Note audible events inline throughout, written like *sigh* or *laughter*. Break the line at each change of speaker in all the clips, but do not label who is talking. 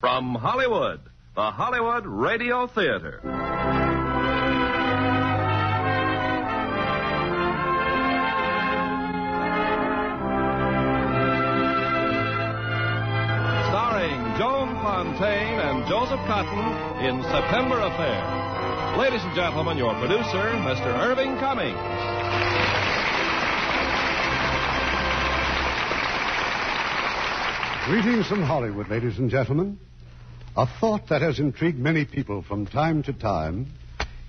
From Hollywood, the Hollywood Radio Theater. Starring Joan Fontaine and Joseph Cotton in September Affair. Ladies and gentlemen, your producer, Mr. Irving Cummings.
Greetings from Hollywood, ladies and gentlemen. A thought that has intrigued many people from time to time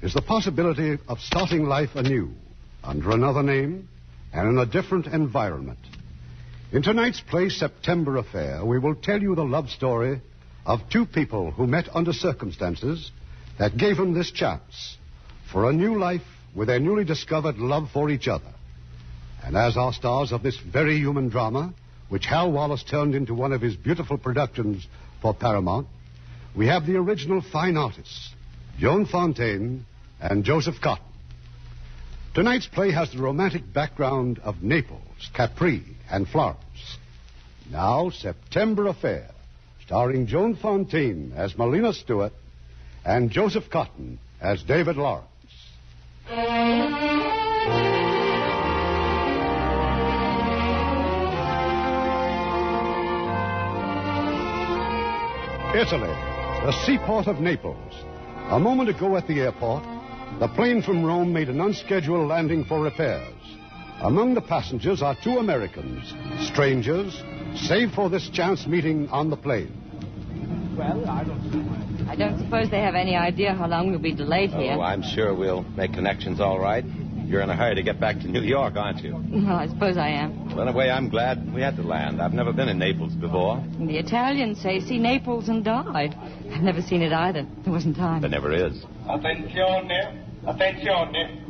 is the possibility of starting life anew, under another name and in a different environment. In tonight's play, September Affair, we will tell you the love story of two people who met under circumstances that gave them this chance for a new life with their newly discovered love for each other. And as our stars of this very human drama, which Hal Wallace turned into one of his beautiful productions for Paramount, we have the original fine artists, Joan Fontaine and Joseph Cotton. Tonight's play has the romantic background of Naples, Capri, and Florence. Now, September Affair, starring Joan Fontaine as Melina Stewart and Joseph Cotton as David Lawrence. Italy, the seaport of Naples. A moment ago at the airport, the plane from Rome made an unscheduled landing for repairs. Among the passengers are two Americans, strangers, save for this chance meeting on the plane.
Well, I don't see why.
I don't suppose they have any idea how long we'll be delayed here.
Oh, I'm sure we'll make connections all right. You're in a hurry to get back to New York, aren't you?
Well, I suppose I am.
Well, in a way, I'm glad we had to land. I've never been in Naples before.
And the Italians say, see Naples and die. *laughs* I've never seen it either. There wasn't
There
time.
never is.
Attenzione, attenzione.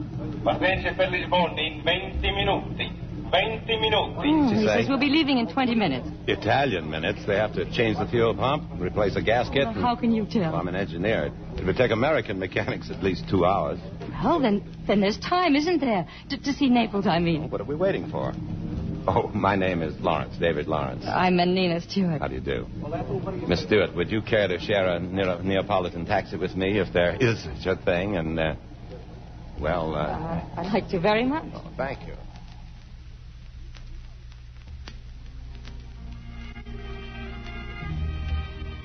Partenze per Lisbona in 20 minuti. 20 minuti.
Hmm,
she
he
say?
says we'll be leaving in 20 minutes.
Italian minutes, they have to change the fuel pump, replace a gasket.
Well,
and-
how can you
Well,
tell?
I'm an engineer. It would take American mechanics at least two hours.
Well, then, then there's time, isn't there? To, to see Naples, I mean.
What are we waiting for? Oh, my name is Lawrence, David Lawrence.
I'm Nina Stewart.
How do you do? Miss Stewart, would you care to share a Neo- Neapolitan taxi with me if there is such a thing? And, uh, well, uh,
Uh, I'd like to very much.
oh, thank you.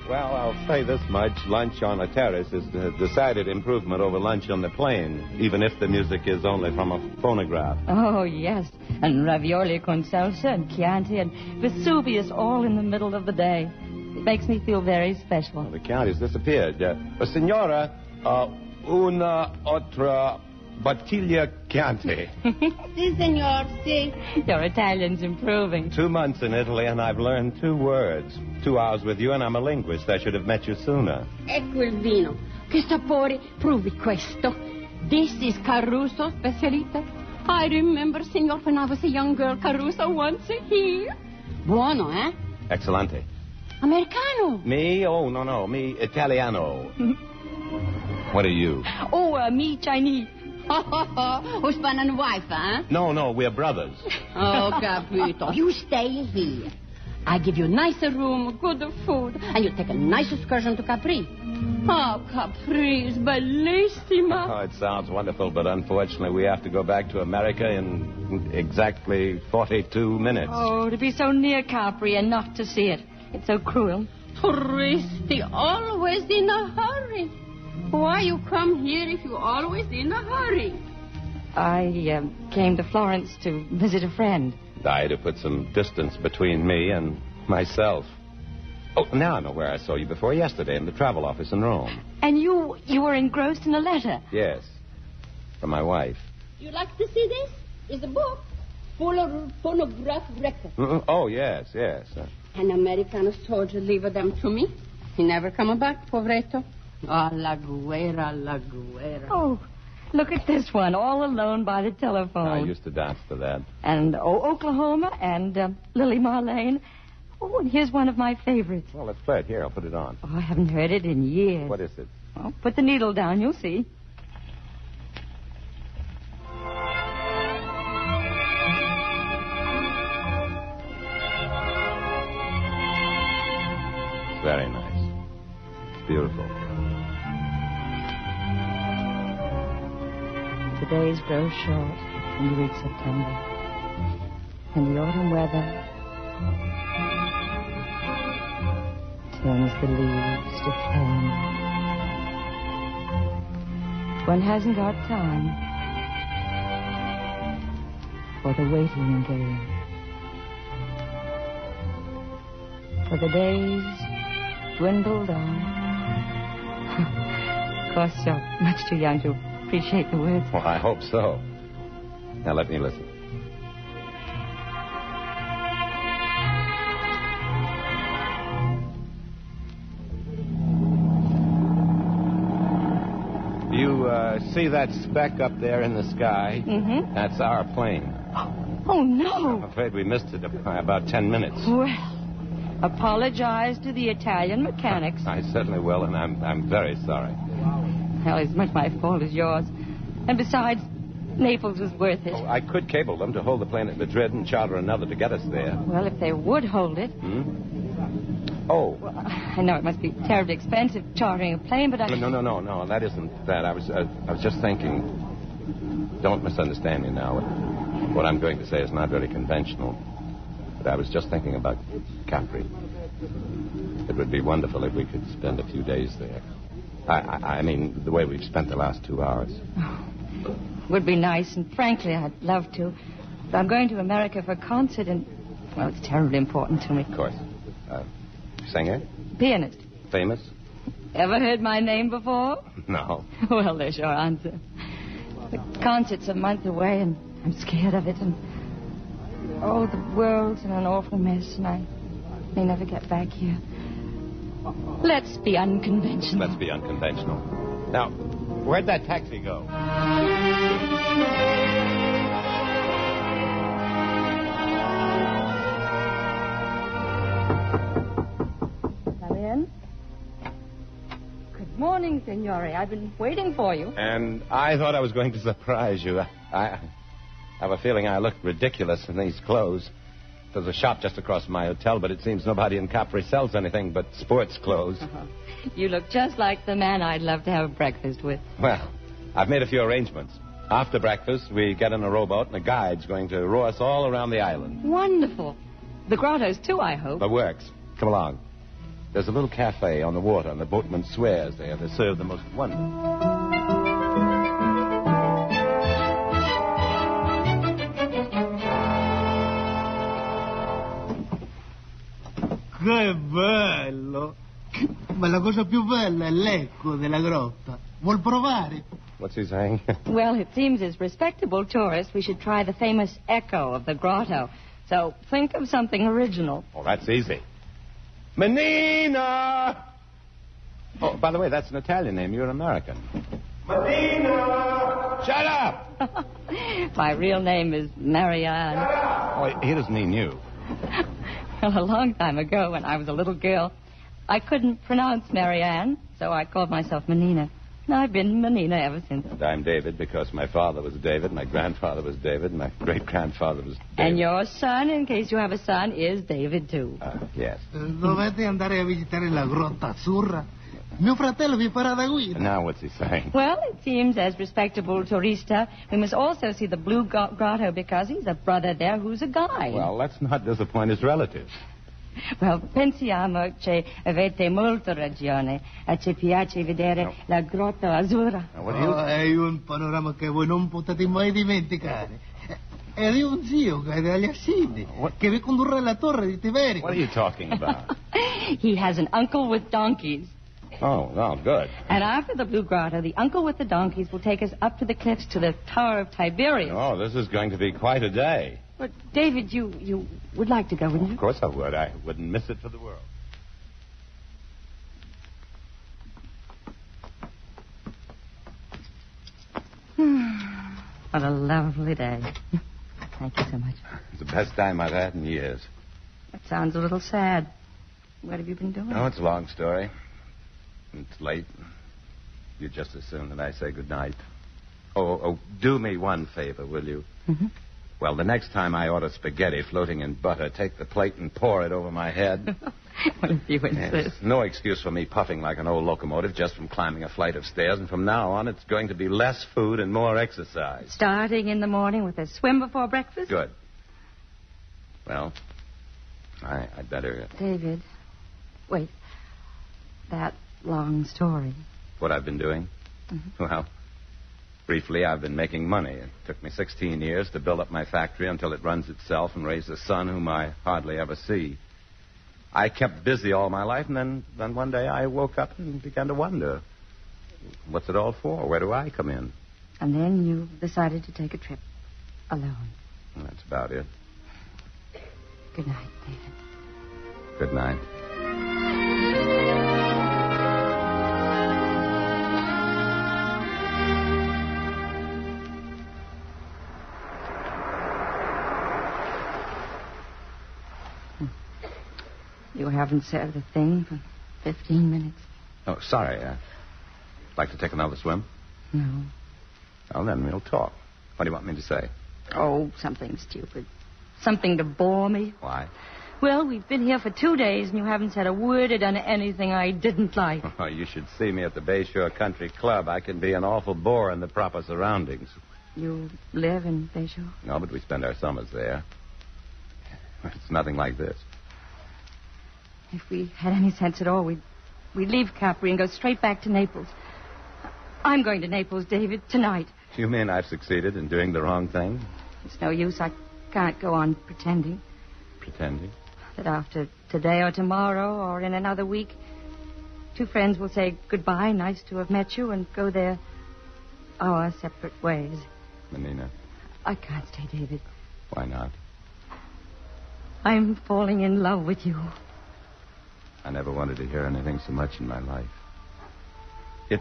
Well, I'll say this much. Lunch on a terrace is a decided improvement over lunch on the plane, even if the music is only from a phonograph.
Oh, yes. And ravioli con salsa and Chianti and Vesuvius all in the middle of the day. It makes me feel very special.
The count has disappeared. Uh, uh, Signora, uh, una otra bottiglia Chianti. *laughs*
Si, senor, si.
Your Italian's improving.
two months in Italy, and I've learned two words. Two hours with you, and I'm a linguist. I should have met you sooner.
Ecco il vino. Che sapore, provi questo. This is Caruso Specialita. I remember, senor, when I was a young girl, Caruso once here. Buono, eh?
Excellente.
Americano.
Me? Oh, no, no. Me, Italiano. what are you?
Oh, uh, me Chinese.
Oh, oh, *laughs* oh. Husband and wife, eh?
No, no, we're brothers.
Oh, capito. You stay here. I give you nicer room, good food, and you take a nice excursion to Capri. Oh, Capri is bellissima.
Oh, it sounds wonderful, but unfortunately, we have to go back to America in exactly 42 minutes.
Oh, to be so near Capri and not to see it. It's so cruel.
Touristi, always in a hurry. Why you come here if you always in a hurry?
I um, came to Florence to visit a friend.
I had to put some distance between me and myself. Oh, now I know where I saw you before yesterday in the travel office in Rome.
And you you were engrossed in *laughs* a letter.
Yes. From my wife.
You like to see this? It's a book full of phonograph records.
Mm, Oh, yes, yes. Uh,
An American soldier delivered them to me. He never come back, poveretto. Ah, la guerra, la guerra.
Oh, look at this one, all alone by the
I
telephone.
used to dance to that.
And oh, Oklahoma and um, Lily Marlene. Oh, and here's one of my favorites.
Well, let's play it. Here, I'll put it on.
Oh, I haven't heard it in years.
What is it?
Oh, put the needle down, you'll see.
Very nice. beautiful.
The days grow short when you reach September. And the autumn weather turns the leaves to foam. One hasn't got time for the waiting game. For the days dwindle down. *laughs* of course, you're much too young to appreciate the words.
Well, I hope so. Now let me listen. You uh, see that speck up there in the sky?
Mm-hmm.
That's our plane.
Oh,
I'm
no.
afraid we missed it by about ten minutes.
Well, apologize to the Italian mechanics.
I certainly will, and I'm, I'm very sorry.
Well, as much my fault as yours. And besides, Naples was worth it.
Oh, I could cable them to hold the plane at Madrid and charter another to get us there.
Well, if they would hold it.
Hmm? Oh,
Well, I know it must be terribly expensive chartering a plane, but I.
no, no, no, no, that isn't that. I was, uh, I was just thinking. Don't misunderstand me now. What I'm going to say is not very conventional. But I was just thinking about Capri. It would be wonderful if we could spend a few days there. I, I, I mean, the way we've spent the last two hours.
Would be nice, and frankly, I'd love to. But I'm going to America for a concert, and. Well, it's terribly important to me.
Of course. Uh, singer?
Pianist.
Famous? *laughs*
Ever heard my name before?
No.
*laughs* Well, there's your answer. The concert's a month away, and I'm scared of it. And oh, the world's in an awful mess, and I may never get back here. Let's be unconventional.
Let's be unconventional. Now, where'd that taxi go?
Come in. Good morning, Signore. I've been waiting for you.
And I thought I was going to surprise you. I, I have a feeling I look ridiculous in these clothes. There's a shop just across from my hotel, but it seems nobody in Capri sells anything but sports clothes.
You look just like the man I'd love to have breakfast with.
Well, I've made a few arrangements. After breakfast, we get in a rowboat, and a guide's going to row us all around the island.
Wonderful. The grottos, too, I hope.
The works. Come along. There's a little cafe on the water, and the boatman swears there they serve the most wonderful.
Che bello! Ma la cosa più bella è l'eco della grotta. Vuol provare?
What's he saying? *laughs*
Well, it seems as respectable tourists, we should try the famous echo of the grotto. So think of something original.
Oh, that's easy. Menina! Oh, by the way, that's an Italian name. You're an American. Menina! Shut up!
*laughs* My real name is Marianne.
Oh, he doesn't mean you.
Well, a long time ago, when I was a little girl, I couldn't pronounce Marianne, so I called myself Menina. And I've been Menina ever since.
And I'm David because my father was David, my grandfather was David, my great grandfather was *laughs* David.
And your son, in case you have a son, is David, too.
Uh, yes.
Eh, Dovete andare a visitare la grotta azzurra. Mio fratello vi farà da guida.
Now what's he saying?
Well, it seems as respectable tourista, we must also see the Blue Gro- Grotto because he's a brother there who's a guide.
Well, let's not disappoint his relatives.
Well, pensiamo che avete molto ragione. Eh, Ci piace vedere
No.
la grotta azzurra.
Now, Ah, what do you...
Oh, è un panorama che voi non potete mai dimenticare. È di un zio che è dagli Assidi,
What-
che vi condurrà alla torre di Tiberio.
What are you talking
*laughs*
about?
He has an uncle with donkeys.
oh, well, good.
And after the Blue Grotto, the uncle with the donkeys will take us up to the cliffs to the Tower of Tiberius.
Oh, this is going to be quite a day.
But, David, you, you would like to go, wouldn't you?
Of course I would. I wouldn't miss it for the world.
What a lovely day. Thank you so much.
It's the best time I've had in years.
That sounds a little sad. What have you been doing?
No, it's a long story. It's late. You just as soon that I say good night. Oh, oh, do me one favor, will you?
Mhm.
Well, the next time I order spaghetti floating in butter, take the plate and pour it over my head.
*laughs* well, if you
Yes.
insist.
No excuse for me puffing like an old locomotive just from climbing a flight of stairs. And from now on, it's going to be less food and more exercise.
Starting in the morning with a swim before breakfast?
Good. Well, I, I'd better.
David, wait. That long story.
What I've been doing?
Mm-hmm.
Well, briefly, I've been making money. It took me 16 years to build up my factory until it runs itself and raise a son whom I hardly ever see. I kept busy all my life, and then, then one day I woke up and began to wonder what's it all for? Where do I come in?
And then you decided to take a trip alone.
And that's about it.
Good night, David.
Good night.
You haven't said a thing for 15 minutes.
Oh, sorry. Uh, like to take another swim?
No.
Well, then we'll talk. What do you want me to say?
Oh, something stupid. Something to bore me.
Why?
Well, we've been here for two days and you haven't said a word or done anything I didn't like.
Oh, you should see me at the Bayshore Country Club. I can be an awful bore in the proper surroundings.
You live in Bayshore?
No, but we spend our summers there. It's nothing like this.
If we had any sense at all, we'd, we'd leave Capri and go straight back to Naples. I'm going to Naples, David, tonight.
You mean I've succeeded in doing the wrong thing?
It's no use. I can't go on pretending
Pretending?
that after today or tomorrow or in another week, two friends will say goodbye, nice to have met you, and go their our separate ways.
Menina,
I can't stay, David.
why not?
I'm falling in love with you.
I never wanted to hear anything so much in my life. It,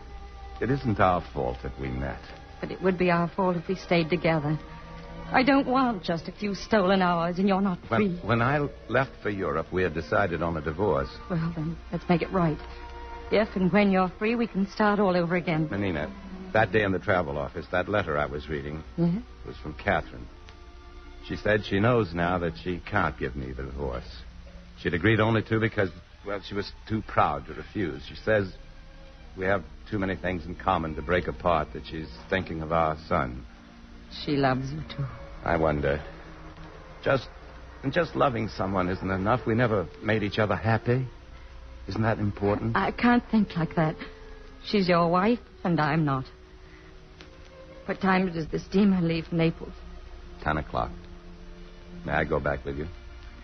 it isn't our fault that we met.
But it would be our fault if we stayed together. I don't want just a few stolen hours and you're not
When,
free.
when I left for Europe, we had decided on a divorce.
Well, then, let's make it right. If and when you're free, we can start all over again.
Menina, that day in the travel office, that letter I was reading
Yes?
was from Catherine. She said she knows now that she can't give me the divorce. She'd agreed only to because, well, she was too proud to refuse. She says we have too many things in common to break apart, that she's thinking of our son.
She loves you, too.
I wonder. Just and just loving someone isn't enough. We never made each other happy. Isn't that important?
I can't think like that. She's your wife, and I'm not. What time does the steamer leave for Naples?
Ten o'clock. May I go back with you?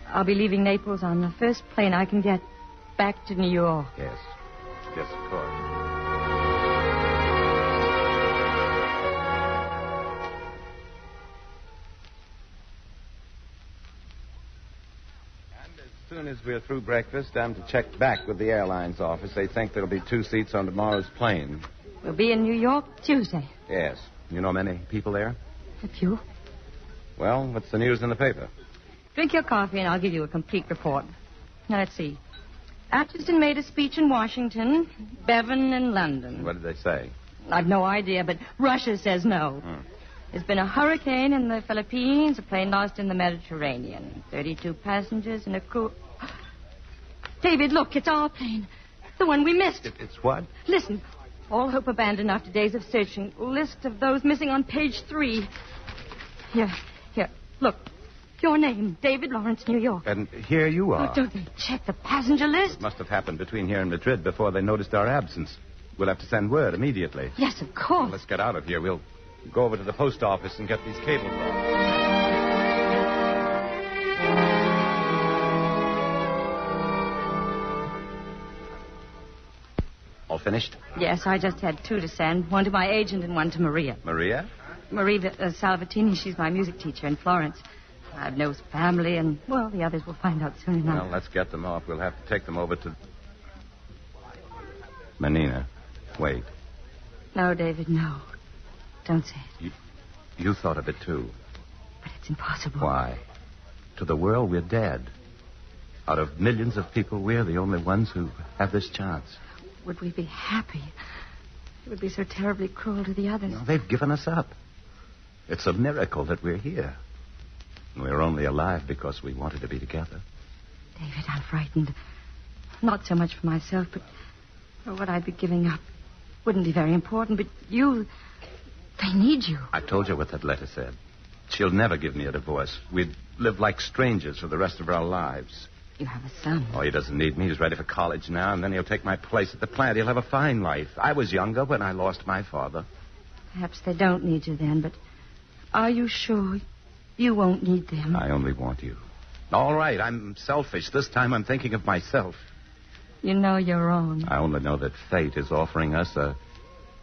I'll be leaving Naples on the first plane I can get back to New York.
Yes. Yes, of course. And as soon as we're through breakfast, I'm to check back with the airline's office. They think there'll be two seats on tomorrow's plane.
We'll be in New York Tuesday.
Yes. You know many people there?
If you
Well, what's the news in the paper?
drink your coffee, and I'll give you a complete report. Now, let's see. Atchison made a speech in Washington, Bevan in London.
What did they say?
I've no idea, but Russia says no. There's been a hurricane in the Philippines, a plane lost in the Mediterranean. 32 passengers and a crew. *gasps* David, look, it's our plane. The one we missed.
It's what?
Listen. All hope abandoned after days of searching. List of those missing on page three. Here, here. Look. Your name, David Lawrence, New York.
And here you
Oh,
are.
don't they check the passenger list?
Must have happened between here and Madrid before they noticed our absence. We'll have to send word immediately.
Yes, of course.
Let's get out of here. We'll go over to the post office and get these cables off. All finished?
Yes, I just had two to send one to my agent and one to Maria.
Maria?
Marie uh, Salvatini, she's my music teacher in Florence. I've no family, and, well, the others will find out soon enough.
Well, let's get them off. We'll have to take them over to. Menina, wait.
No, David, no. Don't say it,
You thought of it too.
but it's impossible.
Why? To the world, we're dead. Out of millions of people, we're the only ones who have this chance.
Would we be happy? It would be so terribly cruel to the others.
No, they've given us up. It's a miracle that we're here. We were only alive because we wanted to be together.
David, I'm frightened. Not so much for myself, but for what I'd be giving up. Wouldn't be very important, but you. They need you.
I told you what that letter said. She'll never give me a divorce. We'd live like strangers for the rest of our lives.
You have a son.
Oh, he doesn't need me. He's ready for college now, and then he'll take my place at the plant. He'll have a fine life. I was younger when I lost my father.
Perhaps they don't need you then, but are you sure you won't need them?
I only want you. All right, I'm selfish. This time I'm thinking of myself.
You know you're wrong.
I only know that fate is offering us a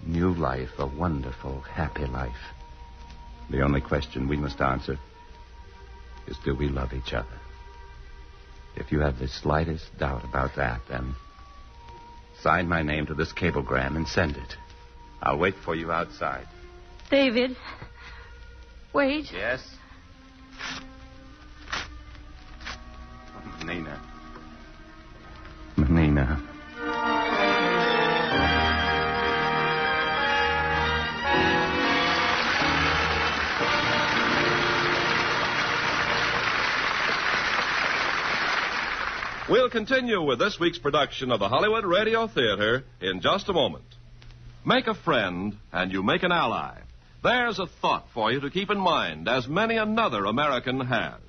new life, a wonderful, happy life. The only question we must answer is do we love each other? If you have the slightest doubt about that, then sign my name to this cablegram and send it. I'll wait for you outside.
David, wait.
Yes? *laughs* Nina. Nina.
We'll continue with this week's production of the Hollywood Radio Theater in just a moment. Make a friend and you make an ally. There's a thought for you to keep in mind, as many another American has.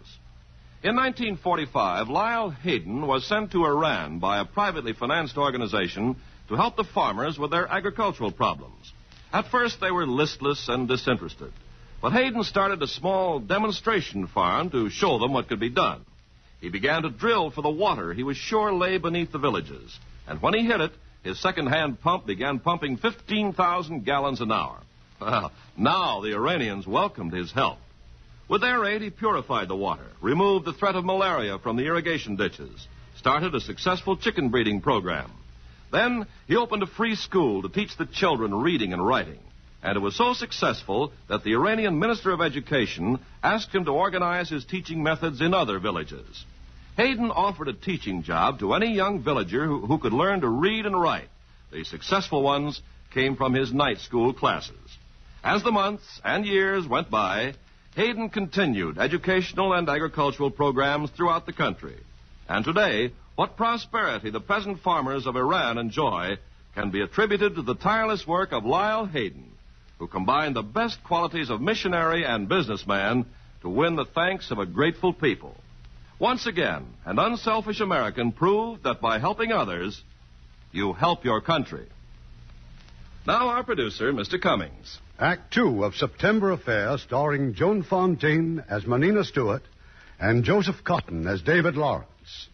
In 1945, Lyle Hayden was sent to Iran by a privately financed organization to help the farmers with their agricultural problems. At first, they were listless and disinterested, but Hayden started a small demonstration farm to show them what could be done. He began to drill for the water he was sure lay beneath the villages. And when he hit it, his second-hand pump began pumping 15,000 gallons an hour. *laughs* Well, now the Iranians welcomed his help. With their aid, he purified the water, removed the threat of malaria from the irrigation ditches, started a successful chicken breeding program. Then he opened a free school to teach the children reading and writing. And it was so successful that the Iranian Minister of Education asked him to organize his teaching methods in other villages. Hayden offered a teaching job to any young villager who, who could learn to read and write. The successful ones came from his night school classes. As the months and years went by, Hayden continued educational and agricultural programs throughout the country. And today, what prosperity the peasant farmers of Iran enjoy can be attributed to the tireless work of Lyle Hayden, who combined the best qualities of missionary and businessman to win the thanks of a grateful people. Once again, an unselfish American proved that by helping others, you help your country. Now, our producer, Mr. Cummings.
Act two of September Affair, starring Joan Fontaine as Manina Stewart and Joseph Cotton as David Lawrence.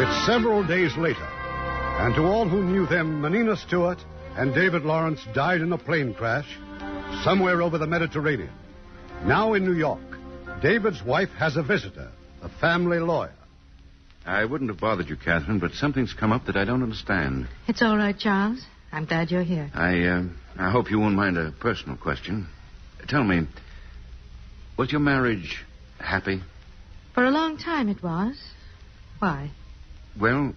It's several days later, and to all who knew them, Manina Stewart and David Lawrence died in a plane crash somewhere over the Mediterranean. Now in New York, David's wife has a visitor, a family lawyer.
I wouldn't have bothered you, Catherine, but something's come up that I don't understand.
It's all right, Charles. I'm glad you're here.
I, uh, I hope you won't mind a personal question. Tell me, was your marriage happy?
For a long time it was. Why?
Well,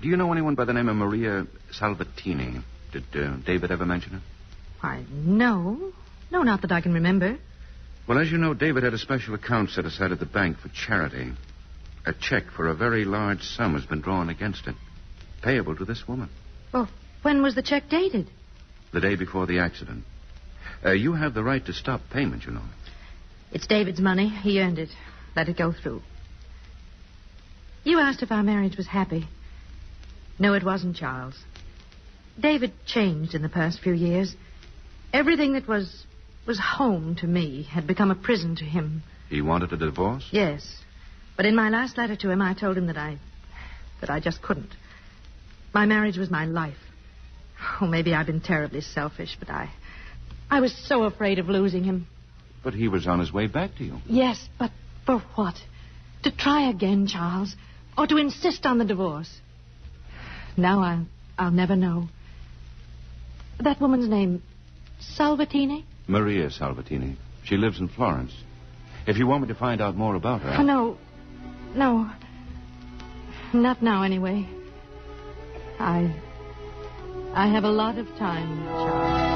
do you know anyone by the name of Maria Salvatini? Did uh, David ever mention her?
Why, no. No, not that I can remember.
Well, as you know, David had a special account set aside at the bank for charity. A check for a very large sum has been drawn against it, payable to this woman,
Well, Oh, when was the check dated?
the day before the accident. Uh, you have the right to stop payment, you know.
It's David's money. He earned it. Let it go through. You asked if our marriage was happy. No, it wasn't, Charles. David changed in the past few years. Everything that was was home to me had become a prison to him.
He wanted a divorce?
Yes. But in my last letter to him, I told him that I. that I just couldn't. My marriage was my life. Oh, maybe I've been terribly selfish, but I. I was so afraid of losing him.
But he was on his way back to you.
Yes, but for what? To try again, Charles, or to insist on the divorce. Now I'll, I'll never know. That woman's name, Salvatini?
Maria Salvatini. She lives in Florence. If you want me to find out more about her.
Oh, no, no, not now anyway. I, I have a lot of time, Charles.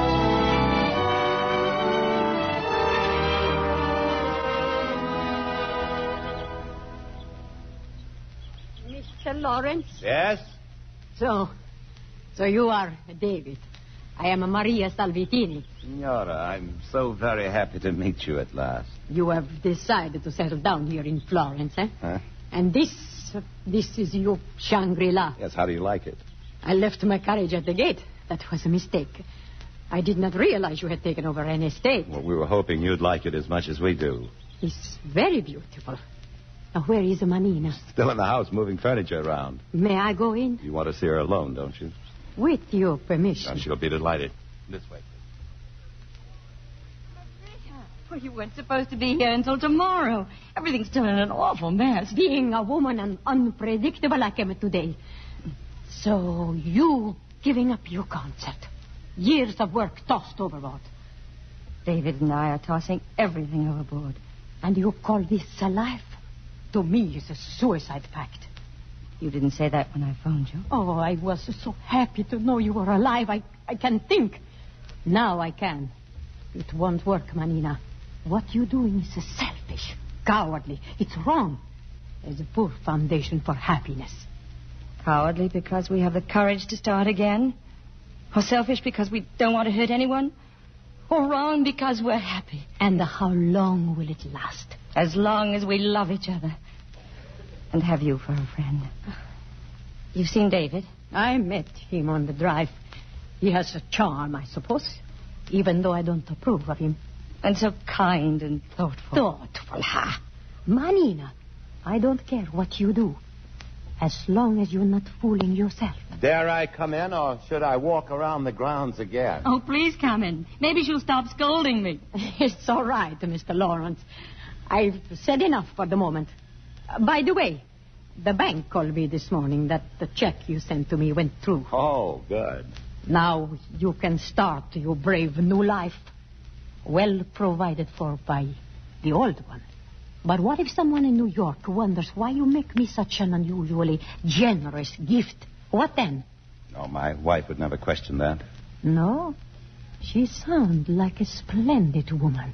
Mr. Lawrence.
Yes?
So, so you are David. I am Maria Salvitini.
Signora, I'm so very happy to meet you at last.
You have decided to settle down here in Florence, eh?
Huh?
And this, this is your Shangri-La.
Yes, how do you like it?
I left my carriage at the gate. That was a mistake. I did not realize you had taken over an estate.
Well, we were hoping you'd like it as much as we do.
It's very beautiful. Now, where is Manina?
Still in the house, moving furniture around.
May I go in?
You want to see her alone, don't you?
With your permission.
And she'll be delighted. This way.
Well, you weren't supposed to be here until tomorrow. Everything's still in an awful mess.
Being a woman and unpredictable like I am today. So you giving up your concert. Years of work tossed overboard.
David and I are tossing everything overboard.
And you call this a life? To me, it's a suicide pact.
You didn't say that when I phoned you.
Oh, I was so happy to know you were alive. I, I can think. Now I can. It won't work, Manina. What you're doing is selfish, cowardly. It's wrong. There's a poor foundation for happiness.
Cowardly because we have the courage to start again? Or selfish because we don't want to hurt anyone? Or wrong because we're happy?
And how long will it last?
As long as we love each other. And have you for a friend. You've seen David?
I met him on the drive. He has a charm, I suppose, even though I don't approve of him.
And so kind and thoughtful.
Thoughtful, ha! Manina, I don't care what you do, as long as you're not fooling yourself.
Dare I come in, or should I walk around the grounds again?
Oh, please come in. Maybe she'll stop scolding me.
*laughs* It's all right, Mr. Lawrence. I've said enough for the moment. Uh, by the way, the bank called me this morning that the check you sent to me went through.
Oh, good.
Now you can start your brave new life, well provided for by the old one. But what if someone in New York wonders why you make me such an unusually generous gift? What then?
Oh, my wife would never question that.
No, she sounds like a splendid woman.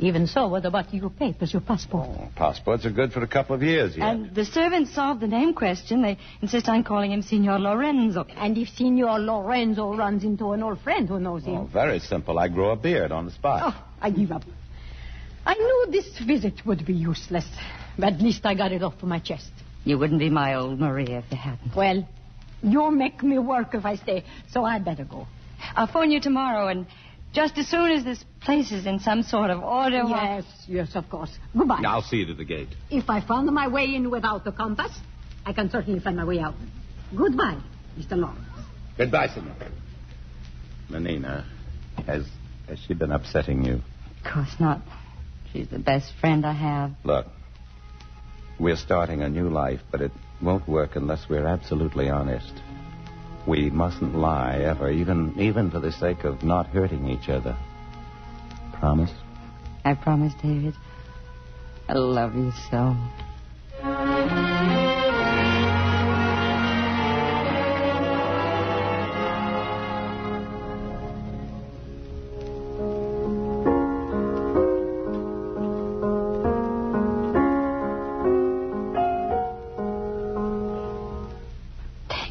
Even so, what about your papers, your passport?
Oh, passports are good for a couple of years yet.
And the servants solved the name question. They insist on calling him Signor Lorenzo.
And if Signor Lorenzo runs into an old friend who knows him,
Oh, very simple. I grow a beard on the spot.
Oh, I give up. I knew this visit would be useless, but at least I got it off my chest.
You wouldn't be my old Maria if you hadn't.
Well, you'll make me work if I stay, so I'd better go.
I'll phone you tomorrow, and just as soon as this place is in some sort of order, I'll-
Yes, yes, of course. Goodbye.
I'll see you to the gate.
If I found my way in without the compass, I can certainly find my way out. Goodbye, Mr. Lawrence.
Goodbye, senor. Menina, has, has she been upsetting you?
Of course not. She's the best friend I have.
Look, we're starting a new life, but it won't work unless we're absolutely honest. We mustn't lie ever, even even for the sake of not hurting each other. Promise?
I promise, David. I love you so.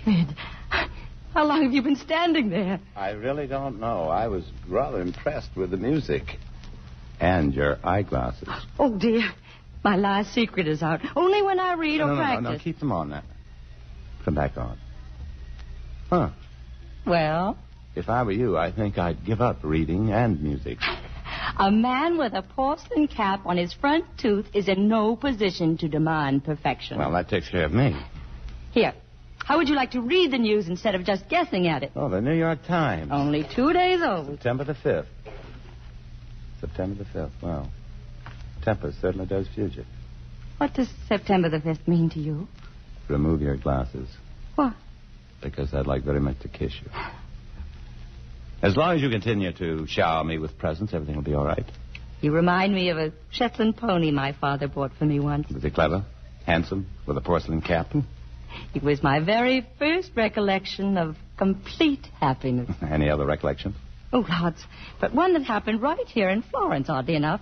David, how long have you been standing there?
I really don't know. I was rather impressed with the music. And your eyeglasses.
Oh, dear. My last secret is out. Only when I read
no,
or
no, no,
practice.
no, keep them on now. Put them back on. Huh.
Well,
If I were you, I think I'd give up reading and music.
a man with a porcelain cap on his front tooth is in no position to demand perfection.
Well, that takes care of me.
Here. How would you like to read the news instead of just guessing at it?
Oh, the New York Times.
Only two days old.
September the 5th. September the 5th. Wow. Temper certainly does fugit.
What does September the 5th mean to you?
Remove your glasses.
What?
Because I'd like very much to kiss you. As long as you continue to shower me with presents, everything will be all right.
You remind me of a Shetland pony my father bought for me once.
Was he clever? Handsome? With a porcelain cap?
It was my very first recollection of complete happiness.
Any other recollections?
Oh, lots. But one that happened right here in Florence, oddly enough.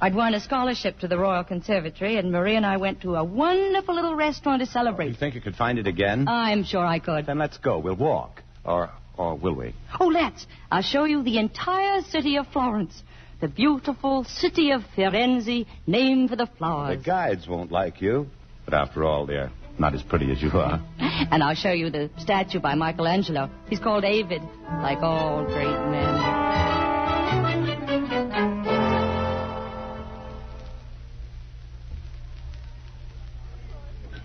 I'd won a scholarship to the Royal Conservatory, and Marie and I went to a wonderful little restaurant to
You
celebrate.
think you could find it again?
I'm sure I could.
then let's go. We'll walk. Or, or will we?
Oh, let's. I'll show you the entire city of Florence. The beautiful city of Firenze, named for the
The
flowers.
guides won't like you. But after all, they're not as pretty as you are.
And I'll show you the statue by Michelangelo. He's called Avid, like all great men.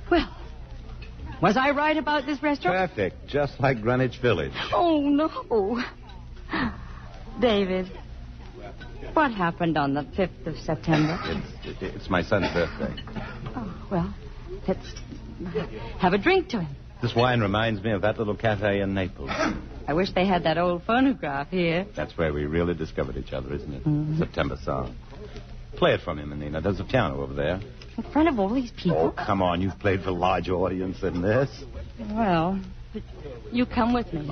Well, was I right about this restaurant?
Traffic, just like Greenwich Village.
Oh, no. David, what happened on the 5th of September?
It's, it's my son's birthday.
Oh, well, let's have a drink to him.
This wine reminds me of that little cafe in Naples.
I wish they had that old phonograph here.
That's where we really discovered each other, isn't it?
Mm-hmm.
September song. Play it for me, Manina. There's a piano over there.
In front of all these
Oh,
people?
come on. You've played for a larger audience than this.
Well, but you come with me.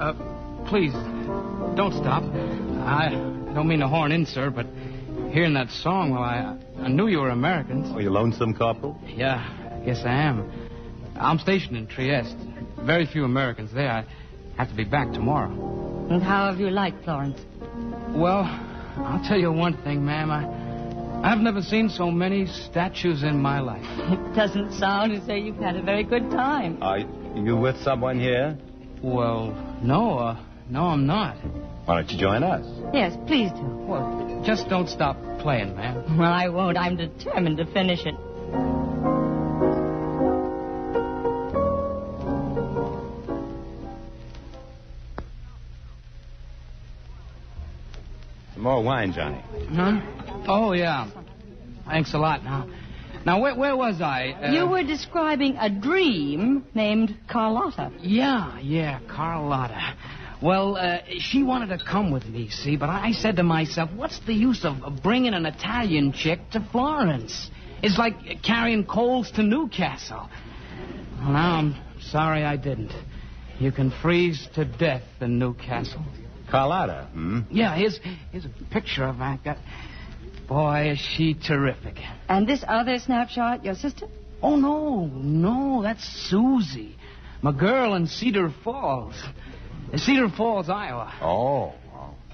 Uh, please, don't stop. I don't mean to horn in, sir, but hearing that song, well, I, I knew you were Americans.
Oh, you lonesome corporal?
Yeah, yes, I am. I'm stationed in Trieste. Very few Americans there. I have to be back tomorrow.
And how have you liked Florence?
Well, I'll tell you one thing, ma'am. I, I've never seen so many statues in my life.
*laughs* It doesn't sound as though you've had a very good time.
Are you with someone here?
Well, no, uh, no, I'm not.
Why don't you join us?
Yes, please do.
Well, just don't stop playing, ma'am.
Well, I won't. I'm determined to finish it.
Some more wine, Johnny.
Huh? Oh, yeah. Thanks a lot now. Now, where, where was I? Uh,
you were describing a dream named Carlotta.
Yeah, Ah, yeah, Carlotta. Well, uh, she wanted to come with me, see, but I said to myself, what's the use of of bringing an Italian chick to Florence? It's like carrying coals to Newcastle. Well, now I'm sorry I didn't. You can freeze to death in Newcastle.
Carlotta, hmm?
Yeah, here's, here's a picture of her. I got. Boy, is she terrific.
And this uh, other snapshot, your sister?
Oh, no, no, that's Susie, my girl in Cedar Falls. Cedar Falls, Iowa.
Oh.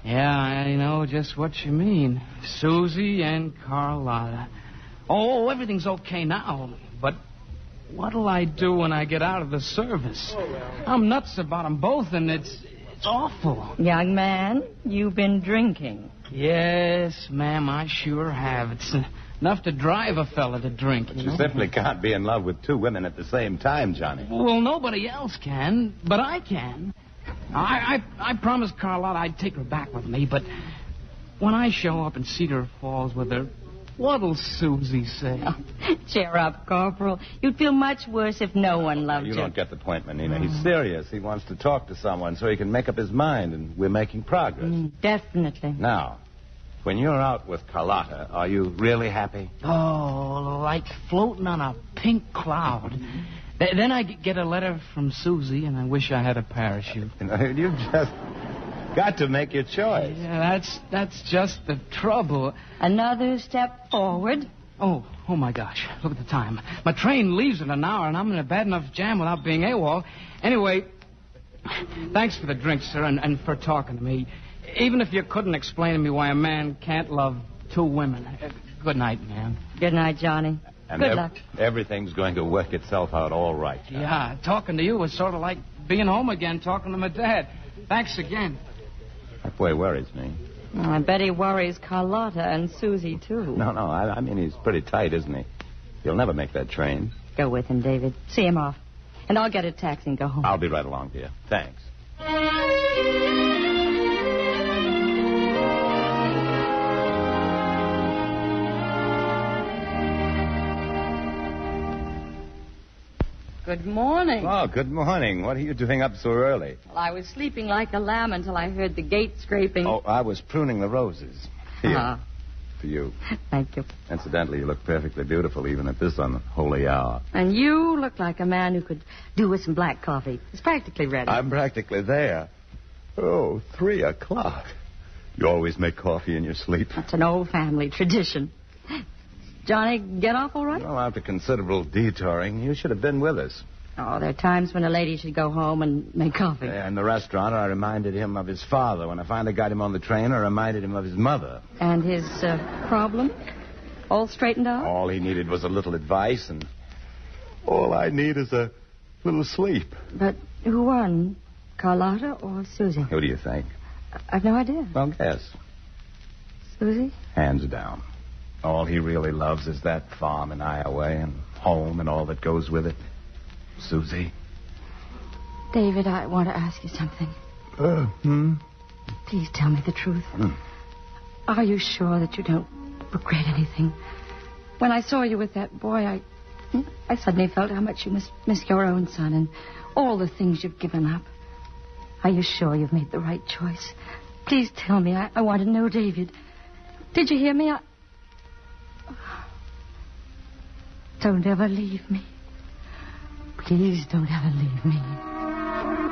Yeah, I know just what you mean. Susie and Carlotta. Oh, everything's okay now, but what'll I do when I get out of the service? I'm nuts about 'em both, and it's it's awful.
Young man, you've been drinking.
Yes, ma'am, I sure have. It's enough to drive a fella to drink. you
You
know?
simply can't be in love with two women at the same time, Johnny.
Well, nobody else can, but I can. I, I, I promised Carlotta I'd take her back with me, but when I show up in Cedar Falls with her, what'll Susie say?
Cheer up, Corporal. You'd feel much worse if no one loved
You
you.
don't get the point, Manina. He's serious. He wants to talk to someone so he can make up his mind, and we're making progress.
Mm, Definitely.
Now, when you're out with Carlotta, are you really happy?
Oh, like floating on a pink cloud. Th- then I g- get a letter from Susie, and I wish I had a parachute.
You know, you've just got to make your choice.
Yeah, that's that's just the trouble.
Another step forward.
Oh, oh my gosh! Look at the time. My train leaves in an hour, and I'm in a bad enough jam without being AWOL. Anyway, thanks for the drink, sir, and, and for talking to me. Even if you couldn't explain to me why a man can't love two women. Uh, Good night, man.
Good night, Johnny.
And
Good
ev-
luck.
everything's going to work itself out all right. Johnny.
Yeah, talking to you was sort of like being home again, talking to my dad. Thanks again.
That boy worries me.
Oh, I bet he worries Carlotta and Susie, too.
No, no, I, I mean, he's pretty tight, isn't he? He'll never make that train.
Go with him, David. See him off. And I'll get a taxi and go home.
I'll be right along, dear. Thanks.
Good morning.
Oh, good morning. What are you doing up so early?
Well, I was sleeping like a lamb until I heard the gate scraping. Ah.
Oh, I was pruning the roses. Here. For you.
Thank you.
Incidentally, you look perfectly beautiful even at this unholy hour.
And you look like a man who could do with some black coffee. It's practically ready.
I'm practically there. Oh, three o'clock. You always make coffee in your sleep.
It's an old family tradition. Johnny, get off all right?
Well, after considerable detouring, you should have been with us.
Oh, there are times when a lady should go home and make coffee.
Uh, In the restaurant, I reminded him of his father. When I finally got him on the train, I reminded him of his mother.
And his uh, problem? All straightened out?
All he needed was a little advice, and all I need is a little sleep.
But who won? Carlotta or Susie?
Who do you think?
I've no idea.
Well, guess.
Susie?
Hands down. All he really loves is that farm in Iowa and home and all that goes with it. Susie?
David, I want to ask you something.
Uh, hmm?
Please tell me the truth. Are you sure that you don't regret anything? When I saw you with that boy, I I suddenly felt how much you must miss your own son and all the things you've given up. Are you sure you've made the right choice? Please tell me. I, I want to know, David. Did you hear me? I... Don't ever leave me. Please don't ever leave me.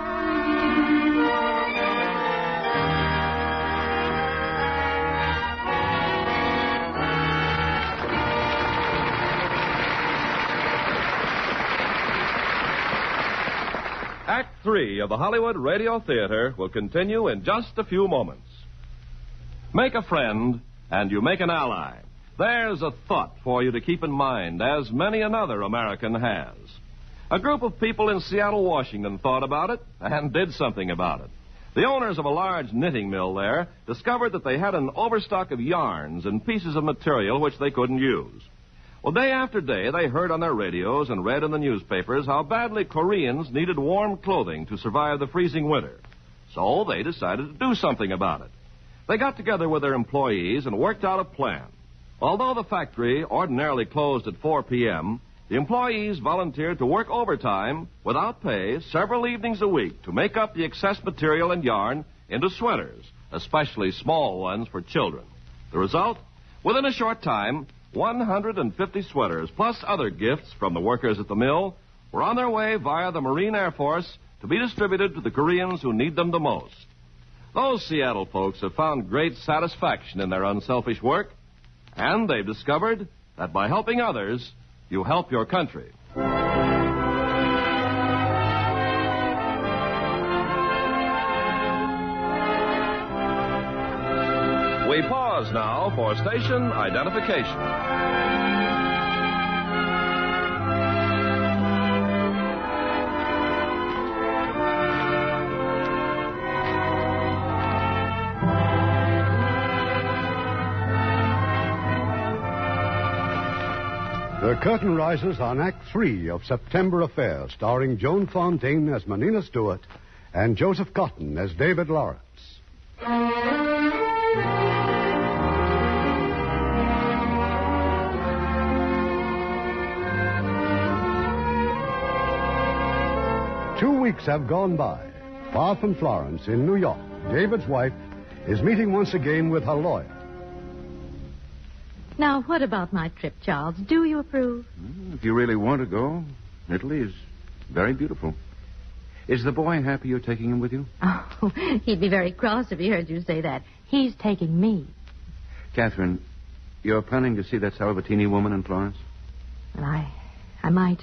Act three of the Hollywood Radio Theater will continue in just a few moments. Make a friend, and you make an ally. There's a thought for you to keep in mind, as many another American has. A group of people in Seattle, Washington thought about it and did something about it. The owners of a large knitting mill there discovered that they had an overstock of yarns and pieces of material which they couldn't use. Well, day after day, they heard on their radios and read in the newspapers how badly Koreans needed warm clothing to survive the freezing winter. So they decided to do something about it. They got together with their employees and worked out a plan. Although the factory ordinarily closed at 4 p.m., the employees volunteered to work overtime without pay several evenings a week to make up the excess material and yarn into sweaters, especially small ones for children. The result? Within a short time, 150 sweaters plus other gifts from the workers at the mill were on their way via the Marine Air Force to be distributed to the Koreans who need them the most. Those Seattle folks have found great satisfaction in their unselfish work, and they've discovered that by helping others, you help your country. We pause now for station identification.
The curtain rises on Act Three of September Affair, starring Joan Fontaine as Manina Stewart and Joseph Cotton as David Lawrence. Two weeks have gone by. Far from Florence, in New York, David's wife is meeting once again with her lawyer.
Now, what about my trip, Charles? Do you approve?
If you really want to go, Italy is very beautiful. Is the boy happy you're taking him with you?
Oh, *laughs* he'd be very cross if he heard you say that. He's taking me.
Catherine, you're planning to see that Salvatini woman in Florence?
Well, I, I might.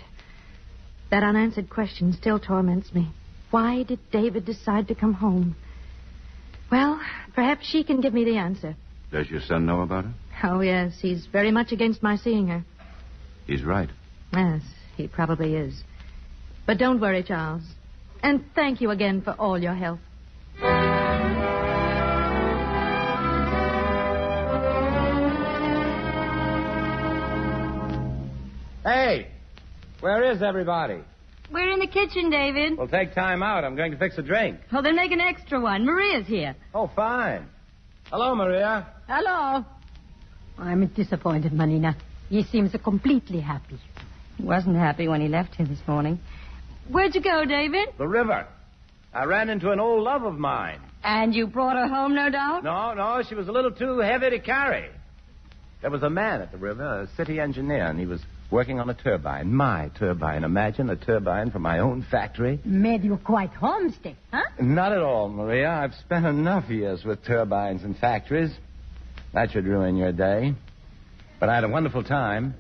That unanswered question still torments me. Why did David decide to come home? Well, perhaps she can give me the answer.
Does your son know about her?
Oh, yes, he's very much against my seeing her.
He's right.
Yes, he probably is. But don't worry, Charles. And thank you again for all your help.
Hey, where is everybody?
We're in the kitchen, David.
Well, take time out. I'm going to fix a drink.
Well, then make an extra one. Maria's here.
Oh, fine. Hello, Maria.
Hello. I'm disappointed, Manina. He seems completely happy.
He wasn't happy when he left here this morning.
Where'd you go, David?
The river. I ran into an old love of mine.
And you brought her home, no doubt?
No, no, she was a little too heavy to carry. There was a man at the river, a city engineer, and he was working on a turbine, my turbine. Imagine a turbine from my own factory.
Made you quite homesick, huh?
Not at all, Maria. I've spent enough years with turbines and factories. That should ruin your day. But I had a wonderful time.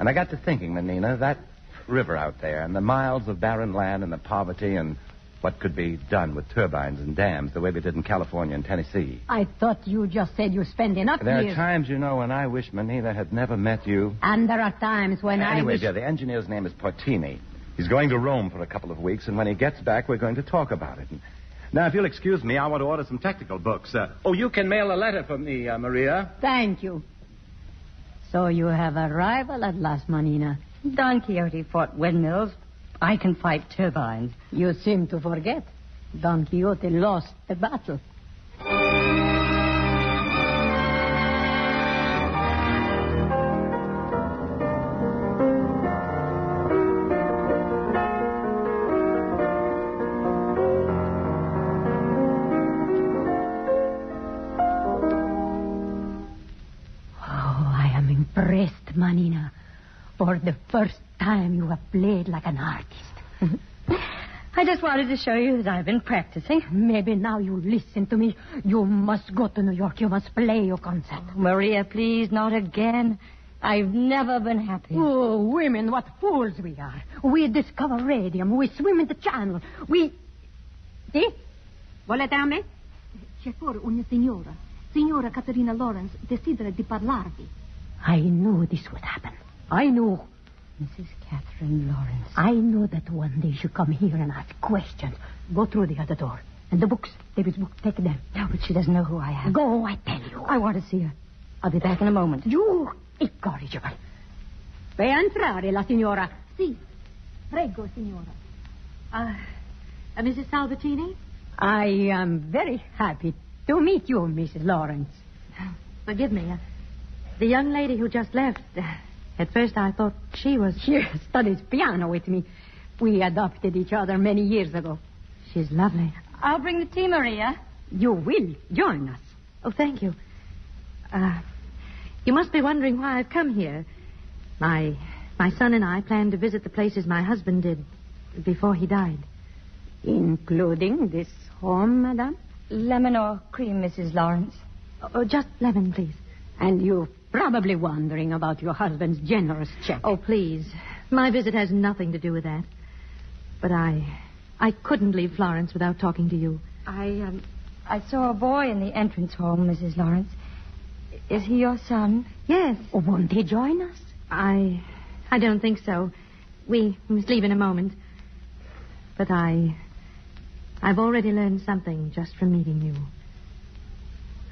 And I got to thinking, Menina, that river out there and the miles of barren land and the poverty and what could be done with turbines and dams the way we did in California and Tennessee.
I thought you just said you spend enough
There
years.
are times, you know, when I wish Menina had never met you.
And there are times when I
anyway,
wish...
dear, the engineer's name is Portini. He's going to Rome for a couple of weeks, and when he gets back, we're going to talk about it. And now, if you'll excuse me, I want to order some technical books. Uh, oh, you can mail a letter for me, uh, Maria.
Thank you. So you have a rival at last, Manina.
Don Quixote fought windmills. I can fight turbines.
You seem to forget. Don Quixote lost the battle. Oh, I am impressed, Manina. For the first time, you have played like an artist.
*laughs* I just wanted to show you that I've been practicing.
Maybe now you listen to me. You must go to New York. You must play your concert.
Oh,
Maria, please, not again. I've never been happy.
Oh, women, what fools we are. We discover radium. We swim in the channel. We.
Sì? Vuole darmi? C'è fuori una signora. Signora Caterina Lawrence desidera di parlarvi.
I knew this would happen. I knew.
Mrs. Catherine Lawrence.
I know that one day she'll come here and ask questions. Go through the other door. And the books, David's book, take them.
No, but she doesn't know who I am.
Go, I tell you.
I want to see her. I'll be back in a moment.
You incorrigible. Per entrare la signora.
Sì. Prego, signora. Ah, uh, Mrs. Salvatini?
I am very happy to meet you, Mrs. Lawrence.
Forgive me. Uh, the young lady who just left. Uh, at first I thought she was.
She studies piano with me. We adopted each other many years ago.
She's lovely.
I'll bring the tea, Maria.
You will join us.
Oh, thank you. Uh, you must be wondering why I've come here. My my son and I planned to visit the places my husband did before he died.
Including this home, madame?
Lemon or cream, Mrs. Lawrence?
Oh, just lemon, please.
And you've probably wondering about your husband's generous check.
Oh, please. My visit has nothing to do with that. But I I couldn't leave Florence without talking to you.
I um I saw a boy in the entrance hall, Mrs. Lawrence. Is he your son?
Yes.
Oh, won't he join us?
I I don't think so. We must leave in a moment. But I I've already learned something just from meeting you.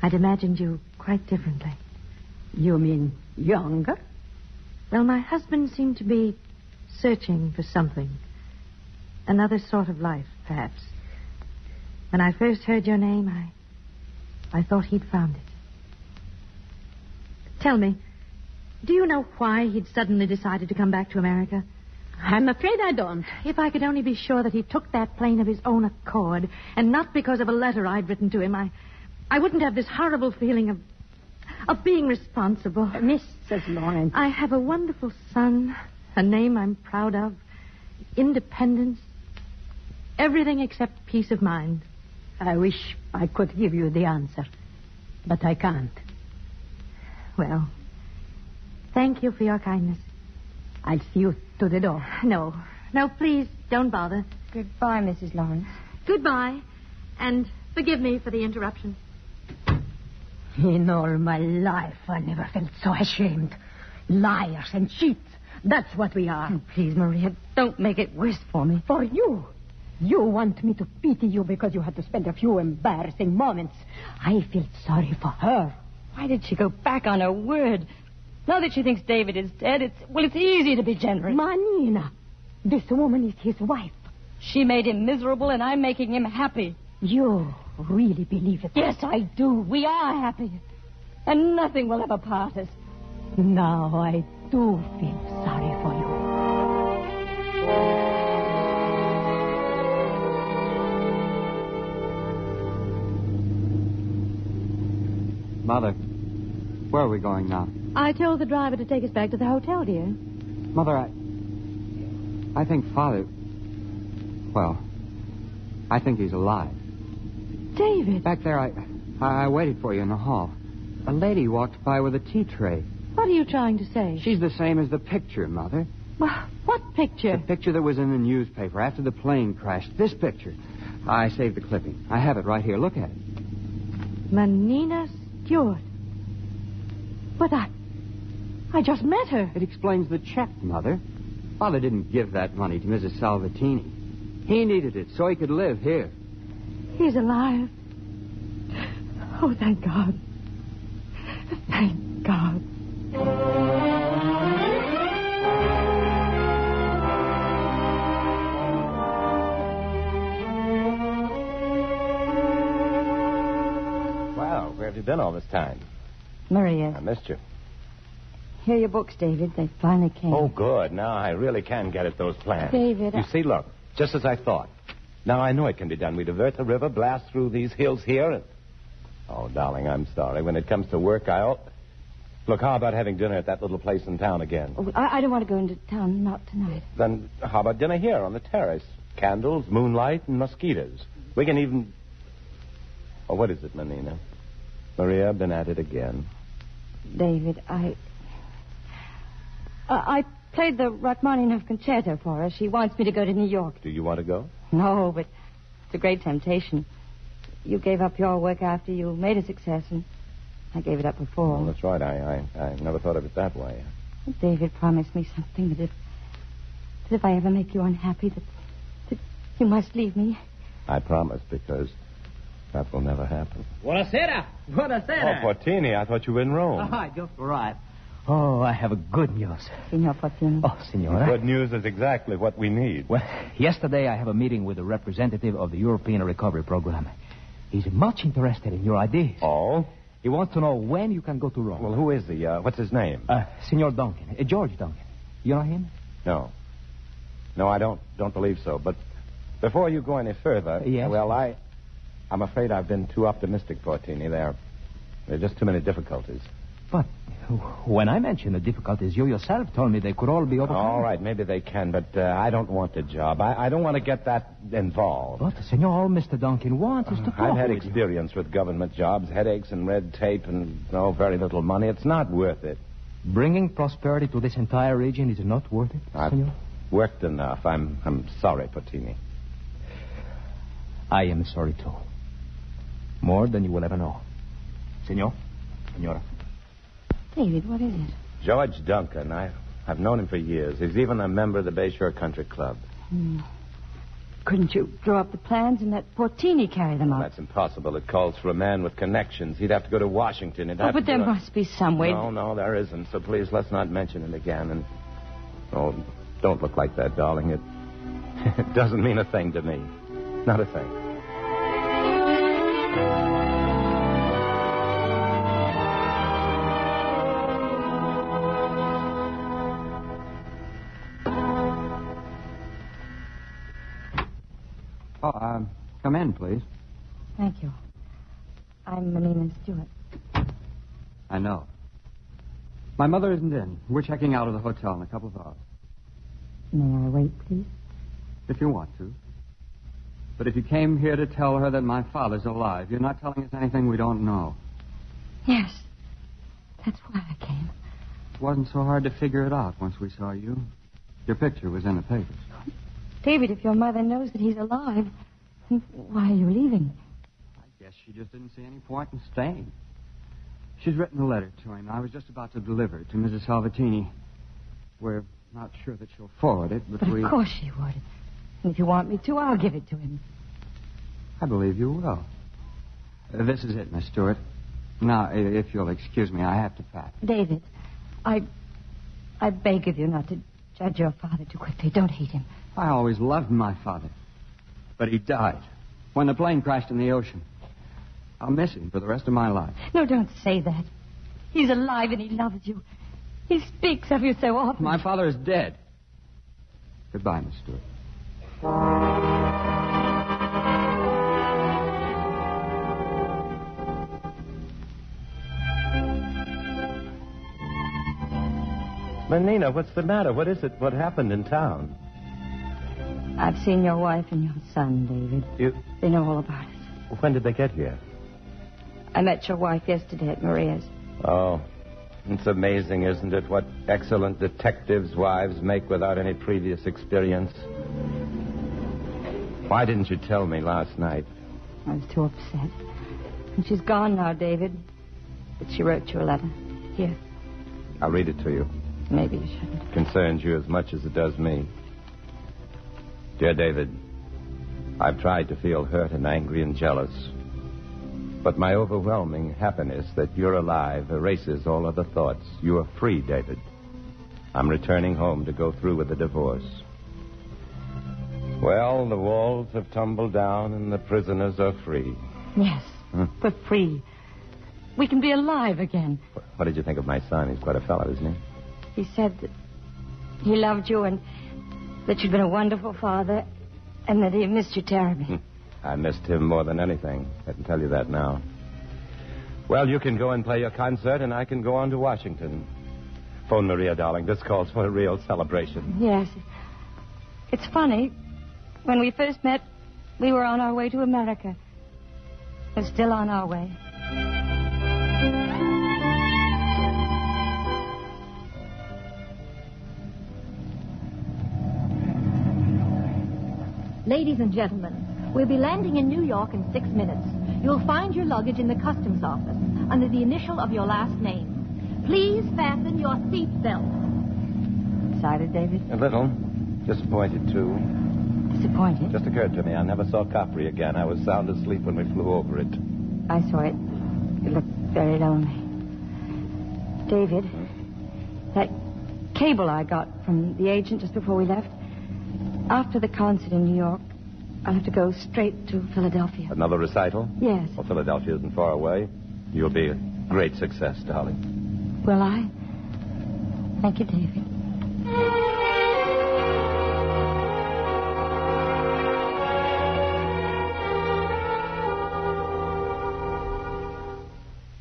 I'd imagined you quite differently.
You mean younger?
Well, my husband seemed to be searching for something. Another sort of life, perhaps. When I first heard your name, I I thought he'd found it. Tell me, do you know why he'd suddenly decided to come back to America?
I'm afraid I don't.
If I could only be sure that he took that plane of his own accord and not because of a letter I'd written to him, I I wouldn't have this horrible feeling of of being responsible. Uh,
Mrs. Lawrence.
I have a wonderful son, a name I'm proud of, independence, everything except peace of mind.
I wish I could give you the answer, but I can't.
Well, thank you for your kindness.
I'll see you to the door.
No, no, please don't bother.
Goodbye, Mrs. Lawrence.
Goodbye, and forgive me for the interruption.
In all my life, I never felt so ashamed. Liars and cheats. That's what we are.
Oh, Please, Maria, don't make it worse for me.
For you. You want me to pity you because you had to spend a few embarrassing moments. I feel sorry for her.
Why did she go back on her word? Now that she thinks David is dead, it's well, it's easy to be generous.
Manina, this woman is his wife.
She made him miserable, and I'm making him happy.
You really believe it?
Yes, I do. We are happy. And nothing will ever part us.
Now I do feel sorry for you.
Mother, where are we going now?
I told the driver to take us back to the hotel, dear.
Mother, I. I think Father. Well, I think he's alive.
David.
Back there, I, I, I waited for you in the hall. A lady walked by with a tea tray.
What are you trying to say?
She's the same as the picture, Mother.
Well, what picture?
The picture that was in the newspaper after the plane crashed. This picture. I saved the clipping. I have it right here. Look at it.
Manina Stewart. But I. I just met her.
It explains the check, Mother. Father didn't give that money to Mrs. Salvatini. He needed it so he could live here.
He's alive. Oh, thank God. Thank God.
Wow, where have you been all this time? I
Maria,
missed you.
here are your books, David. They finally came.
Oh, good. Now I really can get at those plans.
David,
You
I-
see, look, just as I thought. Now I know it can be done. We divert the river, blast through these hills here, and. Oh, darling, I'm sorry. When it comes to work, I'll. Look, how about having dinner at that little place in town again?
Oh, I, I don't want to go into town, not tonight.
Then how about dinner here on the terrace? Candles, moonlight, and mosquitoes. We can even. Oh, what is it, Manina? Maria, been at it again.
David, I. uh, I I played the Rachmaninoff concerto for her. She wants me to go to New York.
Do you want to go?
No, but it's a great temptation. You gave up your work after you made a success, and I gave it up
Well,
before.
that's right. I, I, I never thought of it that way.
David promised me something that if that if I ever make you unhappy, that, that you must leave me.
I promise because that will never happen.
Buonasera. Buonasera.
Oh, Fortini, I thought you were in Rome.
Ah, just arrived. Oh, I have a good news.
Signor Fortini.
Oh, Signora.
Good news is exactly what we need.
Well, *laughs* yesterday I have a meeting with a representative of the European Recovery Program. He's much interested in your ideas.
Oh?
He wants to know when you can go to Rome.
Well, who is he? Uh, what's his name?
Uh, Signor Duncan. Uh, George Duncan. You know him?
No. No, I don't don't believe so. But before you go any further,
Yes?
well, I I'm afraid I've been too optimistic, Fortini. There there are just too many difficulties.
But when I mentioned the difficulties, you yourself told me they could all be overcome.
All right, maybe they can, but uh, I don't want the job. I, I don't want to get that involved.
But, Signor, all Mr. Duncan wants is to talk
I've had
with you.
experience with government jobs, headaches and red tape and oh, very little money. It's not worth it.
Bringing prosperity to this entire region is not worth it,
I've
Signor?
worked enough. I'm I'm sorry, Portini.
I am sorry, too. More than you will ever know. Signor? Signora.
David, what is it?
George Duncan, I I've known him for years. He's even a member of the Bayshore Country Club.
Hmm. Couldn't you draw up the plans and let Fortini carry them out?
That's impossible. It calls for a man with connections. He'd have to go to Washington. He'd
Oh,
have
but
to
there
go to-
must be some way.
No, no, there isn't. So please, let's not mention it again. And oh, don't look like that, darling. It *laughs* it doesn't mean a thing to me. Not a thing.
Oh, uh, come in, please.
Thank you. I'm Manina Stewart.
I know. My mother isn't in. We're checking out of the hotel in a couple of hours,
May I wait, please?
if you want to. But if you came here to tell her that my father's alive, you're not telling us anything we don't know.
Yes. That's why I came.
It wasn't so hard to figure it out once we saw you. Your picture was in the papers.
David, if your mother knows that he's alive, then why are you leaving?
Guess she just didn't see any point in staying. She's written a letter to him. I was just about to deliver it to Mrs. Salvatini. We're not sure that she'll forward it, but,
But
we.
of course she would. And if you want me to, I'll give it to him.
I believe you will. Uh, this is it, Miss Stewart. Now, i- if you'll excuse me, I have to pack.
David, I. I beg of you not to judge your father too quickly. Don't hate him.
I always loved my father, but he died when the plane crashed in the ocean. I'll miss him for the rest of my life.
No, don't say that. He's alive and he loves you. He speaks of you so often.
My father is dead. Goodbye, Miss Stewart.
Manina, what's the matter? What is it? What happened in town?
I've seen your wife and your son, David.
You.
They know all about it.
When did they get here?
I met your wife yesterday at Maria's.
Oh, it's amazing, isn't it, what excellent detectives' wives make without any previous experience? Why didn't you tell me last night?
I was too upset. And she's gone now, David. But she wrote you a letter. Here,
I'll read it to you.
maybe you should.
concerns you as much as it does me. Dear David, I've tried to feel hurt and angry and jealous, but my overwhelming happiness that you're alive erases all other thoughts. You are free, David. I'm returning home to go through with the divorce. Well, the walls have tumbled down and the prisoners are free.
Yes,
Hmm.
we're free. We can be alive again.
What did you think of my son? He's quite a fellow, isn't he?
He said that he loved you and that you'd been a wonderful father and that he missed you terribly.
I missed him more than anything. I can tell you that now. Well, you can go and play your concert, and I can go on to Washington. Phone Maria, darling. This calls for a real celebration.
Yes. It's funny. When we first met, we were on our way to America. We're still on our way.
Ladies and gentlemen, we'll be landing in New York in six minutes. You'll find your luggage in the customs office under the initial of your last name. Please fasten your seatbelt.
Excited, David?
A little. Disappointed, too.
Disappointed?
Just occurred to me I never saw Capri again. I was sound asleep when we flew over it.
I saw it. You look very lonely. David, that cable I got from the agent just before we left. After the concert in New York, I'll have to go straight to Philadelphia.
Another recital?
Yes.
Well, Philadelphia isn't far away. You'll be a great success, darling.
Will I? Thank you, David.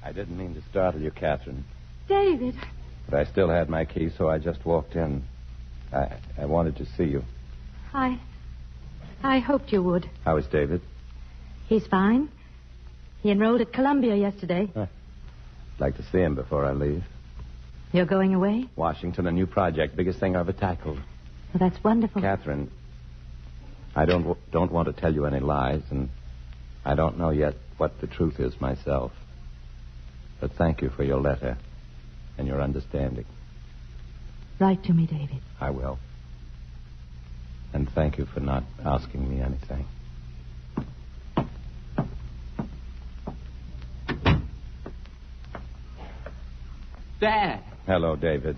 I didn't mean to startle you, Catherine,
David,
but I still had my key, so I just walked in. I, I wanted to see you.
I. I hoped you would.
How is David?
He's fine. He enrolled at Columbia yesterday.
I'd like to see him before I leave.
You're going away?
Washington, a new project, biggest thing I've ever tackled.
Well, that's wonderful.
Catherine, I don't w- don't want to tell you any lies, and I don't know yet what the truth is myself. But thank you for your letter and your understanding.
Write to me, David.
I will. And thank you for not asking me anything.
Dad!
Hello, David.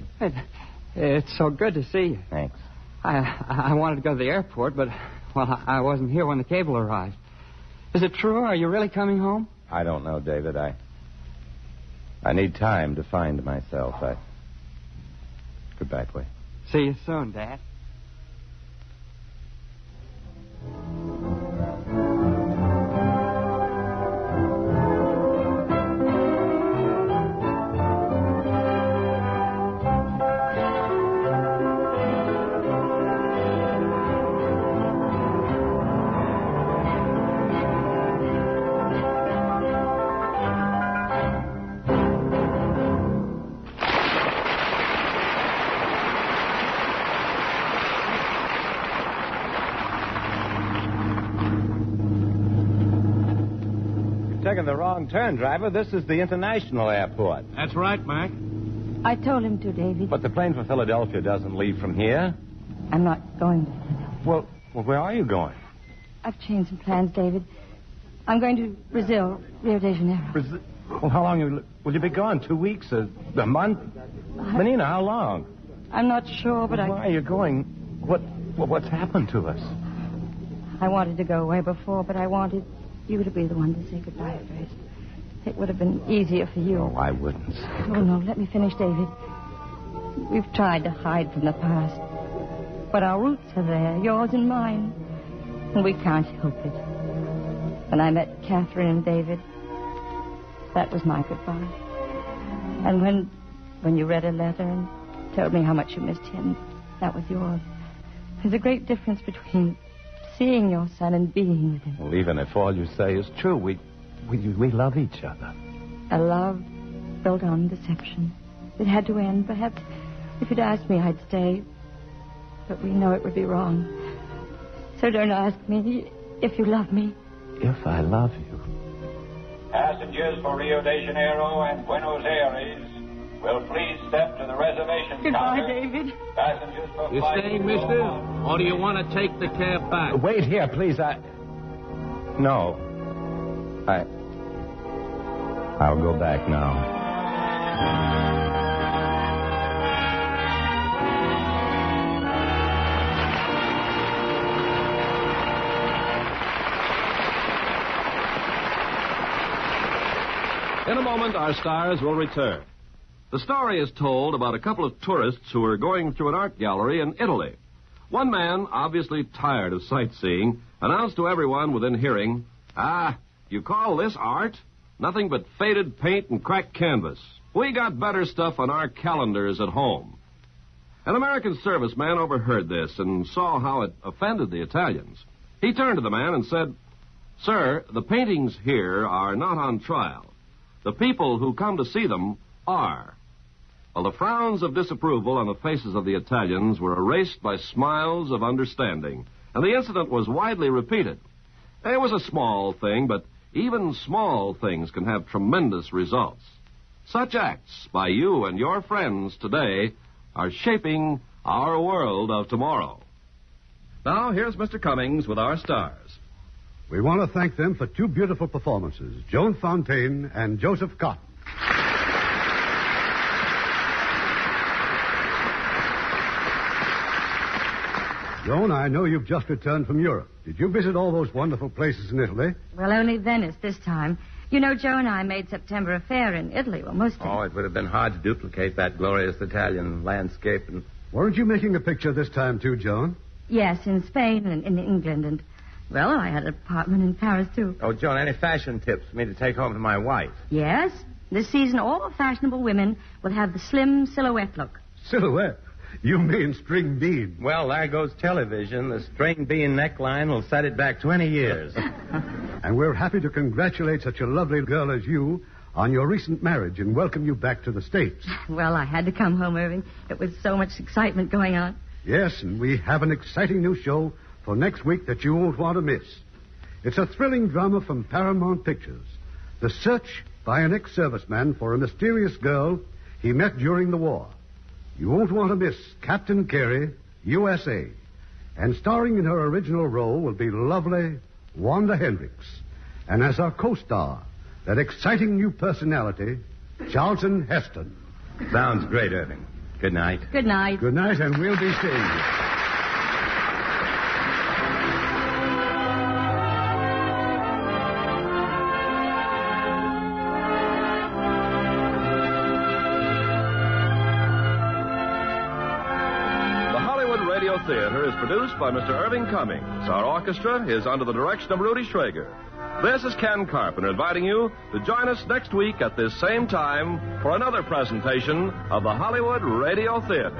It's so good to see you.
Thanks.
I I wanted to go to the airport, but well, I I wasn't here when the cable arrived. Is it true? Are you really coming home?
I don't know, David. I I need time to find myself. I goodbye, boy.
See you soon, Dad.
You've taken the wrong turn, driver. This is the international airport.
That's right, Mac.
I told him to, David.
But the plane for Philadelphia doesn't leave from here.
I'm not going to.
Well, well, where are you going?
I've changed some plans, David. I'm going to Brazil, Rio de Janeiro.
Brazil? Well, how long you, will you be gone? Two weeks? A, a month? Menina, how long?
I'm not sure, Oh, but
Why
I,
are you going? What? Well, what's happened to us?
I wanted to go away before, but I wanted you to be the one to say goodbye first. It would have been easier for you.
Oh, I wouldn't.
Oh, no, let me finish, David. We've tried to hide from the past, but our roots are there, yours and mine, and we can't help it. When I met Catherine and David, that was my goodbye. And when, when you read a letter and told me how much you missed him. That was yours. There's a great difference between seeing your son and being with him.
Well, even if all you say is true, we, we, we love each other.
A love built on deception. It had to end. Perhaps if you'd asked me, I'd stay. But we know it would be wrong. So don't ask me if you love me.
If I love you.
Passengers for Rio de Janeiro and Buenos Aires will please step to the reservation
Goodbye,
counter.
David.
Passengers for
You
flight
staying, mister? Or do you want to take the cab back?
Wait here, please. I.
No. I.
I'll go back now.
In a moment, our stars will return. The story is told about a couple of tourists who are going through an art gallery in Italy. One man, obviously tired of sightseeing, announced to everyone within hearing, Ah, you call this art? Nothing but faded paint and cracked canvas. We got better stuff on our calendars at home. An American serviceman overheard this and saw how it offended the Italians. He turned to the man and said, Sir, the paintings here are not on trial. The people who come to see them are. Well, the frowns of disapproval on the faces of the Italians were erased by smiles of understanding, and the incident was widely repeated. It was a small thing, but even small things can have tremendous results. Such acts by you and your friends today are shaping our world of tomorrow. Now, here's Mr. Cummings with our stars.
We want to thank them for two beautiful performances Joan Fontaine and Joseph Cotton. Joan, I know you've just returned from Europe. Did you visit all those wonderful places in Italy?
Well, only Venice this time. You know, Joe and I made September a fair in Italy, well, most
Oh, it would have been hard to duplicate that glorious Italian landscape and.
Weren't you making a picture this time, too, Joan?
Yes, in Spain and in England, and well, I had an apartment in Paris too.
Oh, Joan, any fashion tips for me to take home to my wife?
Yes, this season all fashionable women will have the slim silhouette look.
Silhouette? You mean string bean?
Well, there goes television. The string bean neckline will set it back 20 years.
And we're happy to congratulate such a lovely girl as you on your recent marriage and welcome you back to the States.
Well, I had to come home, Irving. It was so much excitement going on.
Yes, and we have an exciting new show for next week that you won't want to miss. It's a thrilling drama from Paramount Pictures The Search by an Ex Serviceman for a Mysterious Girl He Met During the War. You won't want to miss Captain Carey, USA. And starring in her original role will be lovely Wanda Hendricks. And as our co star, that exciting new personality, Charlton Heston.
Sounds great, Irving. Good night.
Good night.
Good night, and we'll be seeing you.
The Hollywood Radio Theater is produced by Mr. Irving Cummings. Our orchestra is under the direction of Rudy Schrager. This is Ken Carpenter inviting you to join us next week at this same time for another presentation of the Hollywood Radio Theater.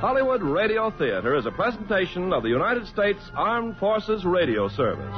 Hollywood Radio Theater is a presentation of the United States Armed Forces Radio Service.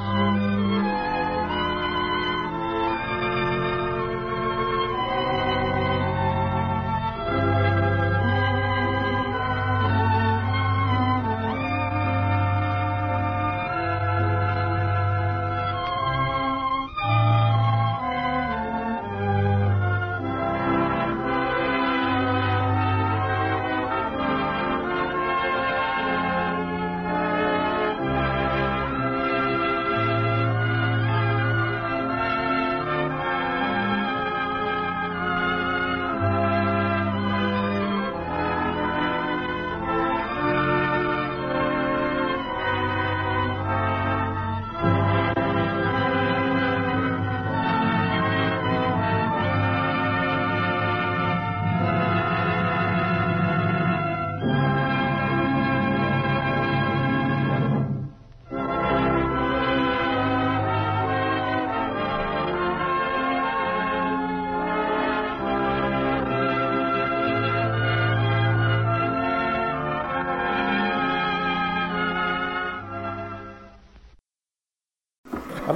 I'd